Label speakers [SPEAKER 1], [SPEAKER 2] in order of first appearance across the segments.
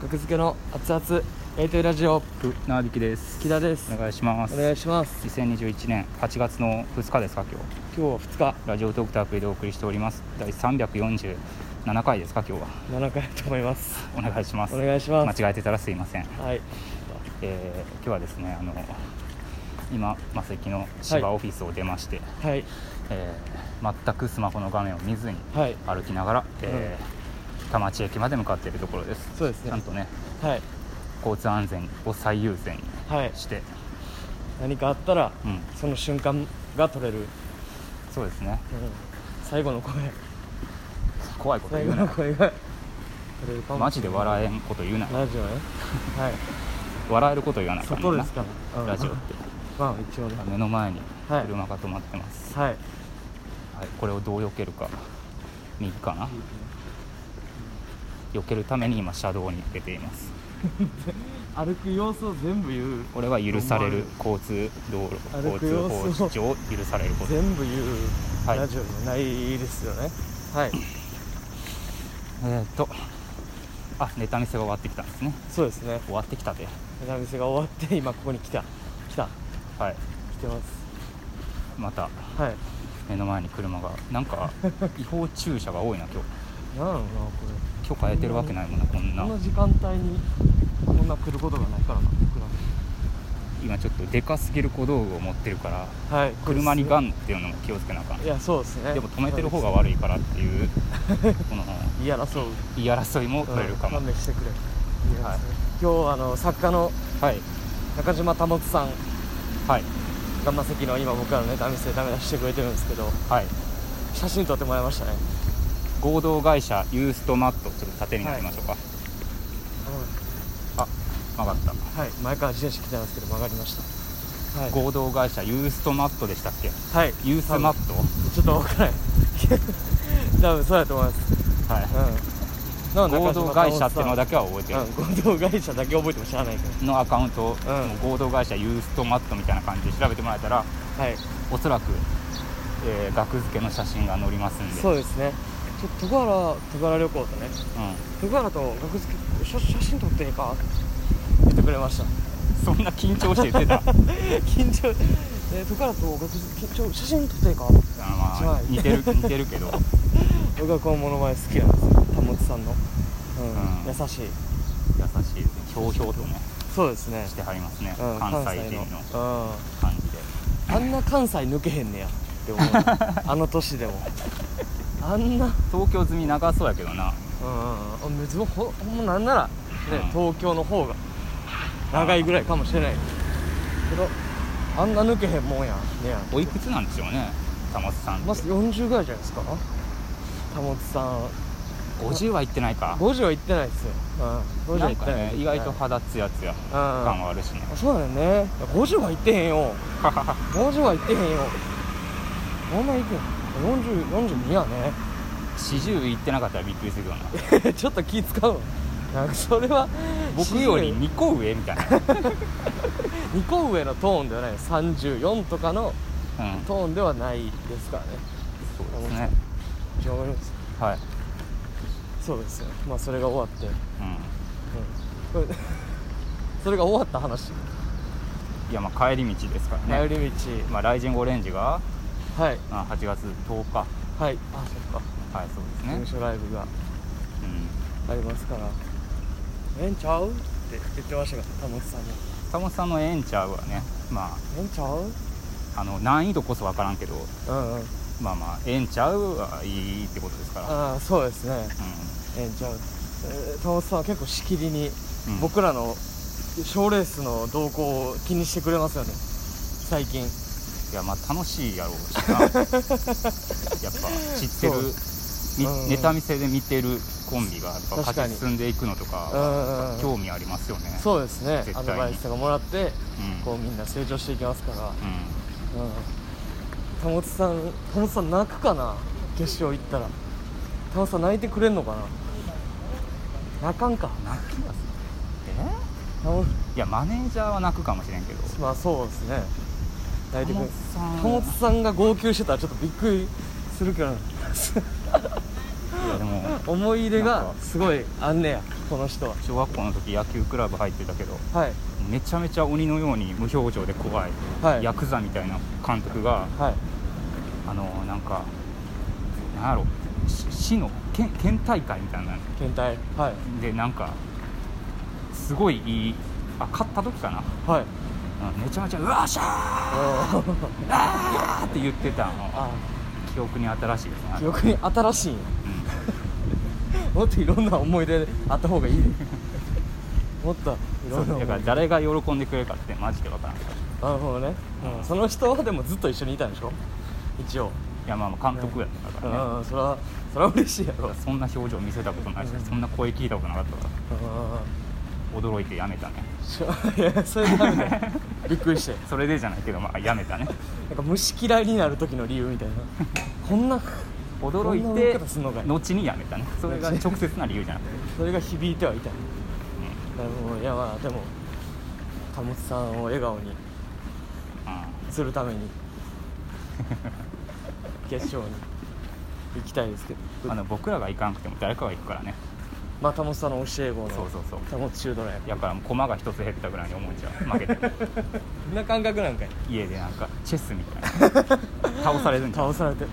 [SPEAKER 1] 格付けの熱々やりとりラジオ
[SPEAKER 2] ふなびきです
[SPEAKER 1] 木田です
[SPEAKER 2] お願いします
[SPEAKER 1] お願いします
[SPEAKER 2] 2021年8月の2日ですか今日
[SPEAKER 1] 今日は2
[SPEAKER 2] ラジオトークというアプリでお送りしております第347回ですか今日は
[SPEAKER 1] 日7回だと思います
[SPEAKER 2] お願いします
[SPEAKER 1] お願いします
[SPEAKER 2] 間違えてたらすいません、
[SPEAKER 1] はい
[SPEAKER 2] えー今日はですねあの今マセキの芝
[SPEAKER 1] はい
[SPEAKER 2] オフィスを出まして、
[SPEAKER 1] はい
[SPEAKER 2] えー全くスマホの画面を見ずに
[SPEAKER 1] はい
[SPEAKER 2] 歩きながら、えー田町駅まで向かっているところです
[SPEAKER 1] そうですね
[SPEAKER 2] ちゃんとね
[SPEAKER 1] はい
[SPEAKER 2] 交通安全を最優先
[SPEAKER 1] はい
[SPEAKER 2] にして、
[SPEAKER 1] 何かあったら
[SPEAKER 2] うん
[SPEAKER 1] その瞬間が取れる、うん、
[SPEAKER 2] そうですね
[SPEAKER 1] 最後の声
[SPEAKER 2] 怖いこと
[SPEAKER 1] 最
[SPEAKER 2] 言
[SPEAKER 1] 後
[SPEAKER 2] う
[SPEAKER 1] の
[SPEAKER 2] な
[SPEAKER 1] 声が取れるかも
[SPEAKER 2] マジで笑えんこと言うな
[SPEAKER 1] ラジオねはい
[SPEAKER 2] 笑えること言わなあかんね
[SPEAKER 1] 外
[SPEAKER 2] ん
[SPEAKER 1] で
[SPEAKER 2] な
[SPEAKER 1] すからうん
[SPEAKER 2] ラジオっ
[SPEAKER 1] まあ一応ね
[SPEAKER 2] て目の前に
[SPEAKER 1] はい
[SPEAKER 2] 車が止まってます、
[SPEAKER 1] はい
[SPEAKER 2] はいこれをどう避けるか右かな避けるために今車道に出ています
[SPEAKER 1] 歩く様子を全部言う
[SPEAKER 2] これは許される交通道路
[SPEAKER 1] 歩く
[SPEAKER 2] 交通
[SPEAKER 1] 様子を
[SPEAKER 2] 法上許されること
[SPEAKER 1] 全部言う
[SPEAKER 2] はい
[SPEAKER 1] ラジオじゃないですよねはい、
[SPEAKER 2] えーっとあネタ見せが終わってきたんですね
[SPEAKER 1] そうですね
[SPEAKER 2] 終わってきたで
[SPEAKER 1] ネタ見せが終わって今ここに来た来た
[SPEAKER 2] はい
[SPEAKER 1] 来てます
[SPEAKER 2] また
[SPEAKER 1] はい
[SPEAKER 2] 目の前に車がな んか違法駐車が多いな今
[SPEAKER 1] なんやろなこ
[SPEAKER 2] 日許可得てるわけないもんなこん
[SPEAKER 1] れ
[SPEAKER 2] な
[SPEAKER 1] この時間帯にこんな来ることがないからな僕ら
[SPEAKER 2] 今ちょっとでかすぎる小道具を持ってるから
[SPEAKER 1] はい
[SPEAKER 2] 車にガ
[SPEAKER 1] がん
[SPEAKER 2] ンっていうのも気をつけなあかん
[SPEAKER 1] いやそうですね
[SPEAKER 2] でも止めてる方が悪いからっていうこの
[SPEAKER 1] いやらそう
[SPEAKER 2] 言い争いも取れるかも、
[SPEAKER 1] うん勘弁してくれいや
[SPEAKER 2] はい
[SPEAKER 1] 今日あの作家の
[SPEAKER 2] はい
[SPEAKER 1] 中島保さん
[SPEAKER 2] はい
[SPEAKER 1] がまさきの今僕らのネタ見せでダメ出してくれてるんですけど
[SPEAKER 2] はい
[SPEAKER 1] 写真撮ってもらいましたね
[SPEAKER 2] 合同会社ユーストマットちょっと縦になりましょうか、あ曲がっ
[SPEAKER 1] はい、前から自転車来てたんですけど曲がりました。はい。
[SPEAKER 2] た合同会社ユーストマットでしたっけ
[SPEAKER 1] はい。
[SPEAKER 2] ユースマット
[SPEAKER 1] ちょっとわからない。多分そうやと思います。
[SPEAKER 2] はい
[SPEAKER 1] うん。な
[SPEAKER 2] 合同会社っていうのだ
[SPEAKER 1] け。
[SPEAKER 2] けは覚えてる、
[SPEAKER 1] うん、合同会社だけ覚えても知らないけど。
[SPEAKER 2] のアカウント
[SPEAKER 1] ん
[SPEAKER 2] を、もう合同会社ユーストマットみたいな感じで調べてもらえたら
[SPEAKER 1] はい。
[SPEAKER 2] おそらく、えー、額付けの写真が載りますんで
[SPEAKER 1] そうですね。ちょっと徳原、徳原旅行とね、
[SPEAKER 2] う
[SPEAKER 1] 徳原と学付け、写写真撮っていいかって言ってくれました。
[SPEAKER 2] ん、そんな緊張して言っ てた
[SPEAKER 1] 緊張、えー、徳原と学付け、緊張、写真撮っていいか
[SPEAKER 2] あのまあ
[SPEAKER 1] はい
[SPEAKER 2] 似てる似てるけど
[SPEAKER 1] 僕はこのモノマネ好きなんですよ。田本さんの。うん。
[SPEAKER 2] うん
[SPEAKER 1] 優しい。
[SPEAKER 2] 優しいですねひょうひょうとね
[SPEAKER 1] そうですね
[SPEAKER 2] し。てはりますね、
[SPEAKER 1] うん
[SPEAKER 2] 関西人の
[SPEAKER 1] の
[SPEAKER 2] 感じで
[SPEAKER 1] うん、あんな関西抜けへんねやって 思うあの年でもあんなうん
[SPEAKER 2] 東京済み長そうやけどな
[SPEAKER 1] うんうん別にほほんまなんなら、ね
[SPEAKER 2] うん
[SPEAKER 1] 東京の方が長いぐらいかもしれないけどあんな抜けへんもんやねや
[SPEAKER 2] おいくつなんでしょうね玉本さんって
[SPEAKER 1] まず40ぐらいじゃないですか田本さん
[SPEAKER 2] 50は行ってないか
[SPEAKER 1] 50は行ってないですよ、うん、50は
[SPEAKER 2] な
[SPEAKER 1] 行
[SPEAKER 2] ん
[SPEAKER 1] って
[SPEAKER 2] か
[SPEAKER 1] ない、
[SPEAKER 2] ね意外と肌ツヤツヤ感
[SPEAKER 1] は
[SPEAKER 2] はあるしね
[SPEAKER 1] うんそうだよね50は行ってへんよ50は行ってへんよそんな行くん40 42やね
[SPEAKER 2] 40行ってなかったらびっくりするよ うな
[SPEAKER 1] ちょっと気使うわなんかそれは
[SPEAKER 2] 僕より2個上みたいな、うん、
[SPEAKER 1] 2個上のトーンではない34とかのトーンではないですからね
[SPEAKER 2] そうですね
[SPEAKER 1] 一応わかります
[SPEAKER 2] はい、
[SPEAKER 1] そうですよまあそれが終わって、
[SPEAKER 2] う
[SPEAKER 1] うんこれそれが終わった話
[SPEAKER 2] ん、いやまあ帰り道ですから
[SPEAKER 1] 帰
[SPEAKER 2] ね、
[SPEAKER 1] り道
[SPEAKER 2] まあ、ライジングオレンジが、
[SPEAKER 1] はい
[SPEAKER 2] まあ、8月10日
[SPEAKER 1] はいあそっか
[SPEAKER 2] はいそう
[SPEAKER 1] 事務、
[SPEAKER 2] ですね
[SPEAKER 1] 所ライブが
[SPEAKER 2] うん、
[SPEAKER 1] ありますから「ええんちゃう?」って言ってましたが田本さんも
[SPEAKER 2] 玉本さんのエンチャーはねま
[SPEAKER 1] 「ええんちゃう?」
[SPEAKER 2] ああの難易度こそ分からんけど
[SPEAKER 1] うんうん
[SPEAKER 2] まあまあええんちゃうはいいってことですから、
[SPEAKER 1] ああそうですね
[SPEAKER 2] う
[SPEAKER 1] えー、じゃあ、えー、田本さんは結構しきりに
[SPEAKER 2] んうん、
[SPEAKER 1] 僕らの賞レースの動向を気にしてくれますよね最近
[SPEAKER 2] いやまあ楽しいやろうし なやっぱ知ってるみ
[SPEAKER 1] うん
[SPEAKER 2] ネタ見せで見てるコンビがやっぱ
[SPEAKER 1] 確か
[SPEAKER 2] 勝
[SPEAKER 1] に
[SPEAKER 2] ち進んでいくのとか
[SPEAKER 1] うんうんうん
[SPEAKER 2] 興味ありますよねう、
[SPEAKER 1] そうですね
[SPEAKER 2] 絶
[SPEAKER 1] ア
[SPEAKER 2] 対に
[SPEAKER 1] ドバイスとかもらって
[SPEAKER 2] ん
[SPEAKER 1] こうみんな成長していきますから、
[SPEAKER 2] うん、
[SPEAKER 1] うん、田本さん田本さん泣くかな決勝行ったら田本さん泣いてくれんのかな泣かんか
[SPEAKER 2] 泣きます
[SPEAKER 1] 田本
[SPEAKER 2] えいやマネージャーは泣くかもしれんけど
[SPEAKER 1] まあそうですね泣いてくれ
[SPEAKER 2] 本さん
[SPEAKER 1] 田本さんが号泣してたらちょっとびっくり するけどない
[SPEAKER 2] やでも
[SPEAKER 1] 思い入れがすごいあんねやこの人は
[SPEAKER 2] 小学校の時野球クラブ入ってたけど
[SPEAKER 1] はい
[SPEAKER 2] めちゃめちゃ鬼のように無表情で怖い、
[SPEAKER 1] はい
[SPEAKER 2] ヤクザみたいな監督が
[SPEAKER 1] はい
[SPEAKER 2] あのなんかなんやろし市の県県大会みたいな
[SPEAKER 1] 検体はい
[SPEAKER 2] のでなんかすごいいいあ勝った時かな
[SPEAKER 1] はい
[SPEAKER 2] うんめちゃめちゃ「うわっしゃ
[SPEAKER 1] あ
[SPEAKER 2] ーあー!」って言ってたの
[SPEAKER 1] あ
[SPEAKER 2] 記憶に新しいですねあ
[SPEAKER 1] 記
[SPEAKER 2] れ
[SPEAKER 1] 憶に新しいんやもっといろんな思い出あった方がいいでもっといろ
[SPEAKER 2] そ
[SPEAKER 1] んな
[SPEAKER 2] う
[SPEAKER 1] 思
[SPEAKER 2] だ
[SPEAKER 1] い
[SPEAKER 2] から
[SPEAKER 1] 出
[SPEAKER 2] 誰が喜んでくれるかってマジで分からんい
[SPEAKER 1] なるほどね、うん、その人はでもずっと一緒にいたんでしょ一応
[SPEAKER 2] やまあまあ監督やったか
[SPEAKER 1] う
[SPEAKER 2] らね
[SPEAKER 1] んうんそれはそれは嬉しいや
[SPEAKER 2] だ
[SPEAKER 1] ろ
[SPEAKER 2] からそんな表情見せたことないし
[SPEAKER 1] うん
[SPEAKER 2] そんな声聞いたことなかったから
[SPEAKER 1] うん
[SPEAKER 2] 驚いてやめたね
[SPEAKER 1] しょいやそれダメだよびっくりして
[SPEAKER 2] それでじゃないけどまあやめ たね
[SPEAKER 1] なんか虫嫌いになる時の理由みたいなこんな
[SPEAKER 2] 驚
[SPEAKER 1] こん
[SPEAKER 2] い
[SPEAKER 1] な動
[SPEAKER 2] て
[SPEAKER 1] き方すんのかい
[SPEAKER 2] 後にやめたねそれが直接な理由じゃなくて、
[SPEAKER 1] それが響いてはいたなるほどいやまあでも貨物さんを笑顔にするた めに決勝に行きたいですけ
[SPEAKER 2] うん、
[SPEAKER 1] ど
[SPEAKER 2] あの僕らが行かなくても誰かが行くからね
[SPEAKER 1] まあタモスさんの教え子の
[SPEAKER 2] そうそうそう
[SPEAKER 1] タモスシュードラや
[SPEAKER 2] やからもう駒が一つ減ったぐらいに思 っちゃう負けても
[SPEAKER 1] そんな感覚なんかい
[SPEAKER 2] 家でなんかチェスみ たいな倒されるんじゃん
[SPEAKER 1] 倒されて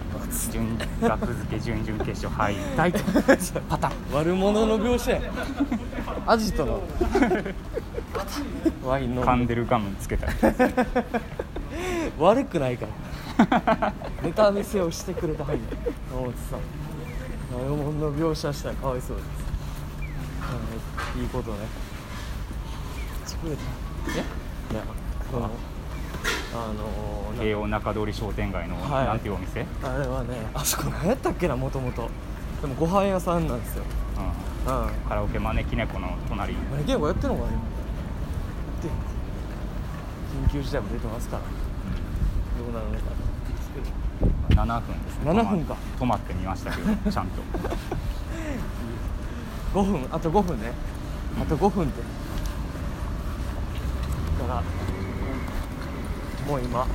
[SPEAKER 2] 準学付け準々決勝敗退と パタン
[SPEAKER 1] 悪者の描写やアジ トのワイン飲
[SPEAKER 2] 噛
[SPEAKER 1] ん
[SPEAKER 2] ん
[SPEAKER 1] で
[SPEAKER 2] でるガムつけたり
[SPEAKER 1] 悪くないから ネタ見せをしてくれたはいタモスさん悪者の描写したらかわいそうですあのいいことねちくれた
[SPEAKER 2] え
[SPEAKER 1] いやこのあのーな
[SPEAKER 2] 慶応中通り商店街の
[SPEAKER 1] はい
[SPEAKER 2] なんていうお店、
[SPEAKER 1] あれはねあそこ何やったっけなもともとでもご飯屋さんなんですよ
[SPEAKER 2] う
[SPEAKER 1] うんあ
[SPEAKER 2] ん、カラオケ招き猫の隣に
[SPEAKER 1] れ結構やってるのかな今やってんの緊急事態も出てますからどうなるのか
[SPEAKER 2] 7分ですね
[SPEAKER 1] 7分か
[SPEAKER 2] 止まってみましたけどちゃんと
[SPEAKER 1] 5分あと5分ねあと5分ってだからもう今
[SPEAKER 2] う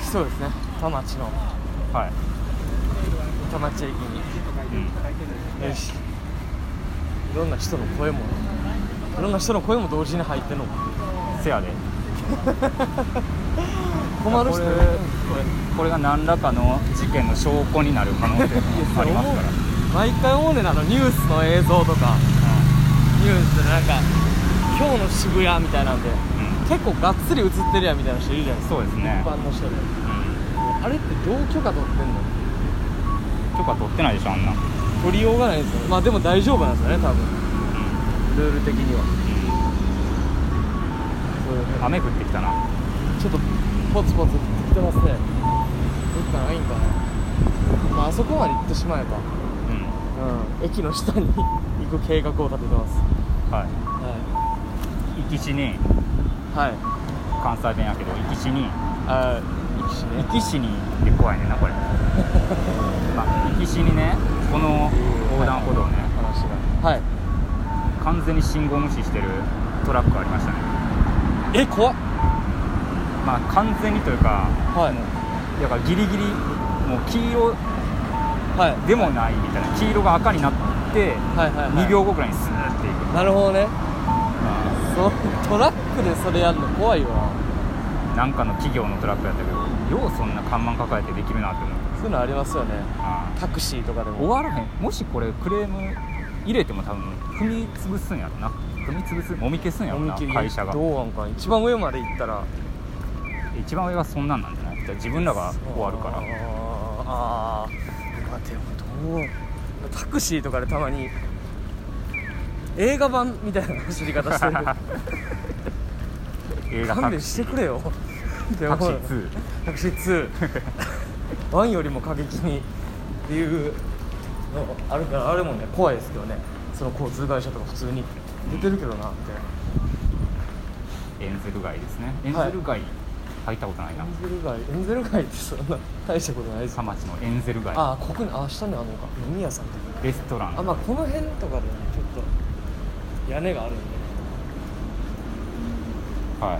[SPEAKER 1] 着きそうですね田町の
[SPEAKER 2] んはい、
[SPEAKER 1] 田町駅に
[SPEAKER 2] うん
[SPEAKER 1] よしいろんな人の声もいろんな人の声も同時に入ってんのか
[SPEAKER 2] せやで
[SPEAKER 1] 困る人
[SPEAKER 2] これこれが何らかの事件の証拠になる可能性もありますから、
[SPEAKER 1] 毎回思うねんあのニュースの映像とかニュースでなんか今日の渋谷みたいなんで
[SPEAKER 2] うん
[SPEAKER 1] 結構がっつり映ってるやんみたいな人いるじゃないで
[SPEAKER 2] うん、
[SPEAKER 1] すか
[SPEAKER 2] そうですね
[SPEAKER 1] 一、般の人で
[SPEAKER 2] うん、
[SPEAKER 1] あれってどう許可取ってんの
[SPEAKER 2] 許可取ってないでしょあんな、うん
[SPEAKER 1] 取りようがないですよねまあでも大丈夫なんですよね多分ルール的にはそういう
[SPEAKER 2] うん、雨降ってきたな
[SPEAKER 1] ちょっとポツポツ降ってきてますねどっかないんかなまああそこまで行ってしまえば
[SPEAKER 2] う
[SPEAKER 1] う
[SPEAKER 2] ん
[SPEAKER 1] ん駅の下に 行く計画を立ててます
[SPEAKER 2] は
[SPEAKER 1] はい
[SPEAKER 2] 行きしに
[SPEAKER 1] いはい
[SPEAKER 2] 関西弁やけど行きしに
[SPEAKER 1] あー行きしね
[SPEAKER 2] 行きしにで怖いねんな これまあ行きしにねこの横断歩道ね
[SPEAKER 1] 話がはい
[SPEAKER 2] 完全に信号無視してるトラックありましたね
[SPEAKER 1] え怖っ
[SPEAKER 2] まあ完全にというか
[SPEAKER 1] はい
[SPEAKER 2] だからギリギリもう黄色
[SPEAKER 1] はい
[SPEAKER 2] でもないみたいな黄色が赤になって
[SPEAKER 1] はいはい、はい、
[SPEAKER 2] 2秒後ぐらいにスーっていく
[SPEAKER 1] なるほどねそうトラックでそれやるの怖いわ
[SPEAKER 2] なんかの企業のトラックやったけどようそんな看板抱えてできるなって思う
[SPEAKER 1] そういうのありますよね
[SPEAKER 2] あ
[SPEAKER 1] タクシーとかで
[SPEAKER 2] ー終
[SPEAKER 1] も
[SPEAKER 2] わらへんもしこれクレーム入れても多分踏み潰すんやろな踏み潰すもみ消すんやろな
[SPEAKER 1] 思いっきり
[SPEAKER 2] 会社が
[SPEAKER 1] どうなんかな一番上まで行ったら
[SPEAKER 2] 一番上はそんなんなんじゃないじゃあ自分らが終わるから
[SPEAKER 1] あーあーまあでもどうタクシーとかでたまに映画版みたい な走り方 してる
[SPEAKER 2] 映画タ
[SPEAKER 1] 勘
[SPEAKER 2] ク
[SPEAKER 1] 弁し
[SPEAKER 2] シ
[SPEAKER 1] て
[SPEAKER 2] ー
[SPEAKER 1] くれ よでも
[SPEAKER 2] タクシー2
[SPEAKER 1] タクシー2 ワンよりも過激にっていうのあるからあれもね怖いですけどねその交通会社とか普通に出てるけどなみたいな
[SPEAKER 2] エンゼル街ですねエンゼル街入ったことないな
[SPEAKER 1] エンゼル街エンゼル街ってそんな大したことないです
[SPEAKER 2] 田町のエンゼル街
[SPEAKER 1] ああここにあ下にあるのか飲み屋さんとか
[SPEAKER 2] レストラ
[SPEAKER 1] あ
[SPEAKER 2] ン
[SPEAKER 1] まあこの辺とかでねちょっと屋根があるんで
[SPEAKER 2] はい、まあ、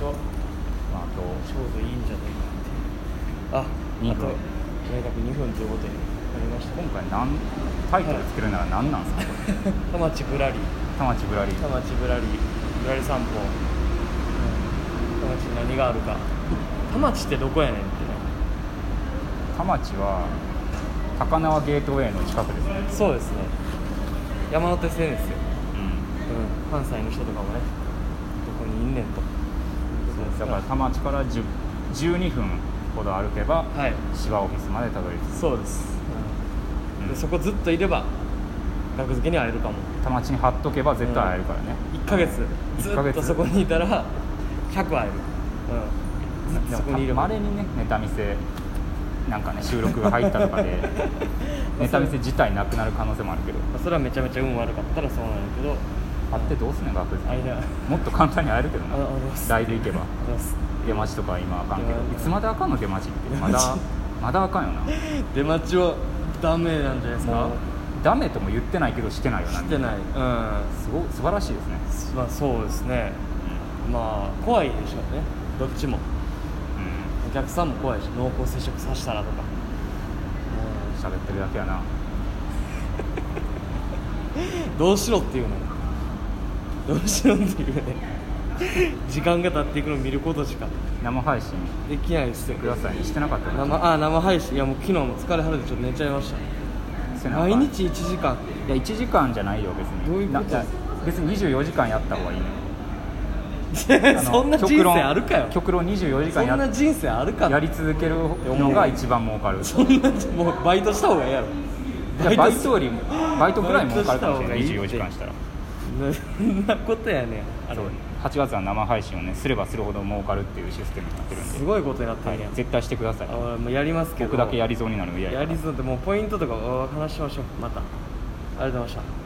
[SPEAKER 1] と
[SPEAKER 2] あ
[SPEAKER 1] ち
[SPEAKER 2] と
[SPEAKER 1] ょうどいいんじゃないかっていうあ
[SPEAKER 2] 二
[SPEAKER 1] あ
[SPEAKER 2] 分
[SPEAKER 1] と明確2分ということでりました
[SPEAKER 2] 今回なんタイトルつけるなら何なんですか、
[SPEAKER 1] 田町ぶらり
[SPEAKER 2] 田町ぶらり
[SPEAKER 1] 田町ぶらりぶらり散歩田町に何があるか田町ってどこやねんってね
[SPEAKER 2] 田町は高輪ゲートウェイの近くですね、
[SPEAKER 1] そうですね山手線ですよ、
[SPEAKER 2] うん
[SPEAKER 1] うん、関西の人とかもねどこにいんねんとそうです
[SPEAKER 2] だから田町から10 12分ほど歩けば
[SPEAKER 1] はい
[SPEAKER 2] 芝オフィスまでたどり着
[SPEAKER 1] そうです、うん
[SPEAKER 2] く、うん
[SPEAKER 1] でそこずっといれば額付けに会えるかも
[SPEAKER 2] 田町に貼っとけば絶対会えるからね、
[SPEAKER 1] 1ヶ月ず
[SPEAKER 2] 一ヶ
[SPEAKER 1] っと
[SPEAKER 2] 月
[SPEAKER 1] そこにいたら100会える、うん、ずっとそこにい
[SPEAKER 2] で
[SPEAKER 1] れ
[SPEAKER 2] も
[SPEAKER 1] ば
[SPEAKER 2] まれにねネタ見せなんかね収録が入ったと かでネタ見せ自体なくなる可能性もあるけど
[SPEAKER 1] まあそれはめちゃめちゃ運悪かったらそうなんやけど
[SPEAKER 2] 貼ってどうすんねん学
[SPEAKER 1] あれだありが
[SPEAKER 2] もっと簡単に会えるけど
[SPEAKER 1] ああ
[SPEAKER 2] な
[SPEAKER 1] ります
[SPEAKER 2] 代で行けば
[SPEAKER 1] とうございます
[SPEAKER 2] 出待ちとか今あかんけ
[SPEAKER 1] いや
[SPEAKER 2] どいつまであかんの出待ちってまだまだあかんよな
[SPEAKER 1] 出待ちはダメなんじゃないですか
[SPEAKER 2] もうダメとも言ってないけどしてないよな
[SPEAKER 1] してないいうんま
[SPEAKER 2] すごい素晴らしいですね
[SPEAKER 1] あそうですねまあ怖いでしょうねどっちも
[SPEAKER 2] う
[SPEAKER 1] お客さんも怖いし濃厚接触させたらとか
[SPEAKER 2] ん喋ってるだけやな
[SPEAKER 1] うんどうしろっていうねどうしろっていうね時間が経っていくのを見ることしか
[SPEAKER 2] 生配信
[SPEAKER 1] できないですよ
[SPEAKER 2] くださいにしてなかったよな
[SPEAKER 1] 生あ生配信いやもう昨日も疲れはるでちょっと寝ちゃいました
[SPEAKER 2] してなかっ
[SPEAKER 1] 毎
[SPEAKER 2] た
[SPEAKER 1] 日1時間
[SPEAKER 2] いや1時間じゃないよ別に
[SPEAKER 1] どういうこと
[SPEAKER 2] なや別に24時間やった方がいいのよ あの
[SPEAKER 1] そんな人
[SPEAKER 2] 極論
[SPEAKER 1] 生あるかよ
[SPEAKER 2] 極論24時
[SPEAKER 1] そん
[SPEAKER 2] 間や
[SPEAKER 1] な人生あるか
[SPEAKER 2] やり続けるのが一番儲 かる
[SPEAKER 1] そんなもうバイトした方がええやろ
[SPEAKER 2] いやバイトよりもバイトくらい儲かるかもしれ
[SPEAKER 1] バ
[SPEAKER 2] な
[SPEAKER 1] イ
[SPEAKER 2] い
[SPEAKER 1] トした方がいい
[SPEAKER 2] 24
[SPEAKER 1] って
[SPEAKER 2] 時間したら
[SPEAKER 1] そんなことやねんあれ、
[SPEAKER 2] そう8月は生配信をねすればするほど儲かるっていうシステムになってるんです
[SPEAKER 1] ごいことになってるねん、
[SPEAKER 2] はい絶対してください
[SPEAKER 1] あ俺もうやりますけど
[SPEAKER 2] 僕だけやりそうになるの嫌や
[SPEAKER 1] や
[SPEAKER 2] から
[SPEAKER 1] りそうってもうポイントとかお話しましょうまたありがとうございました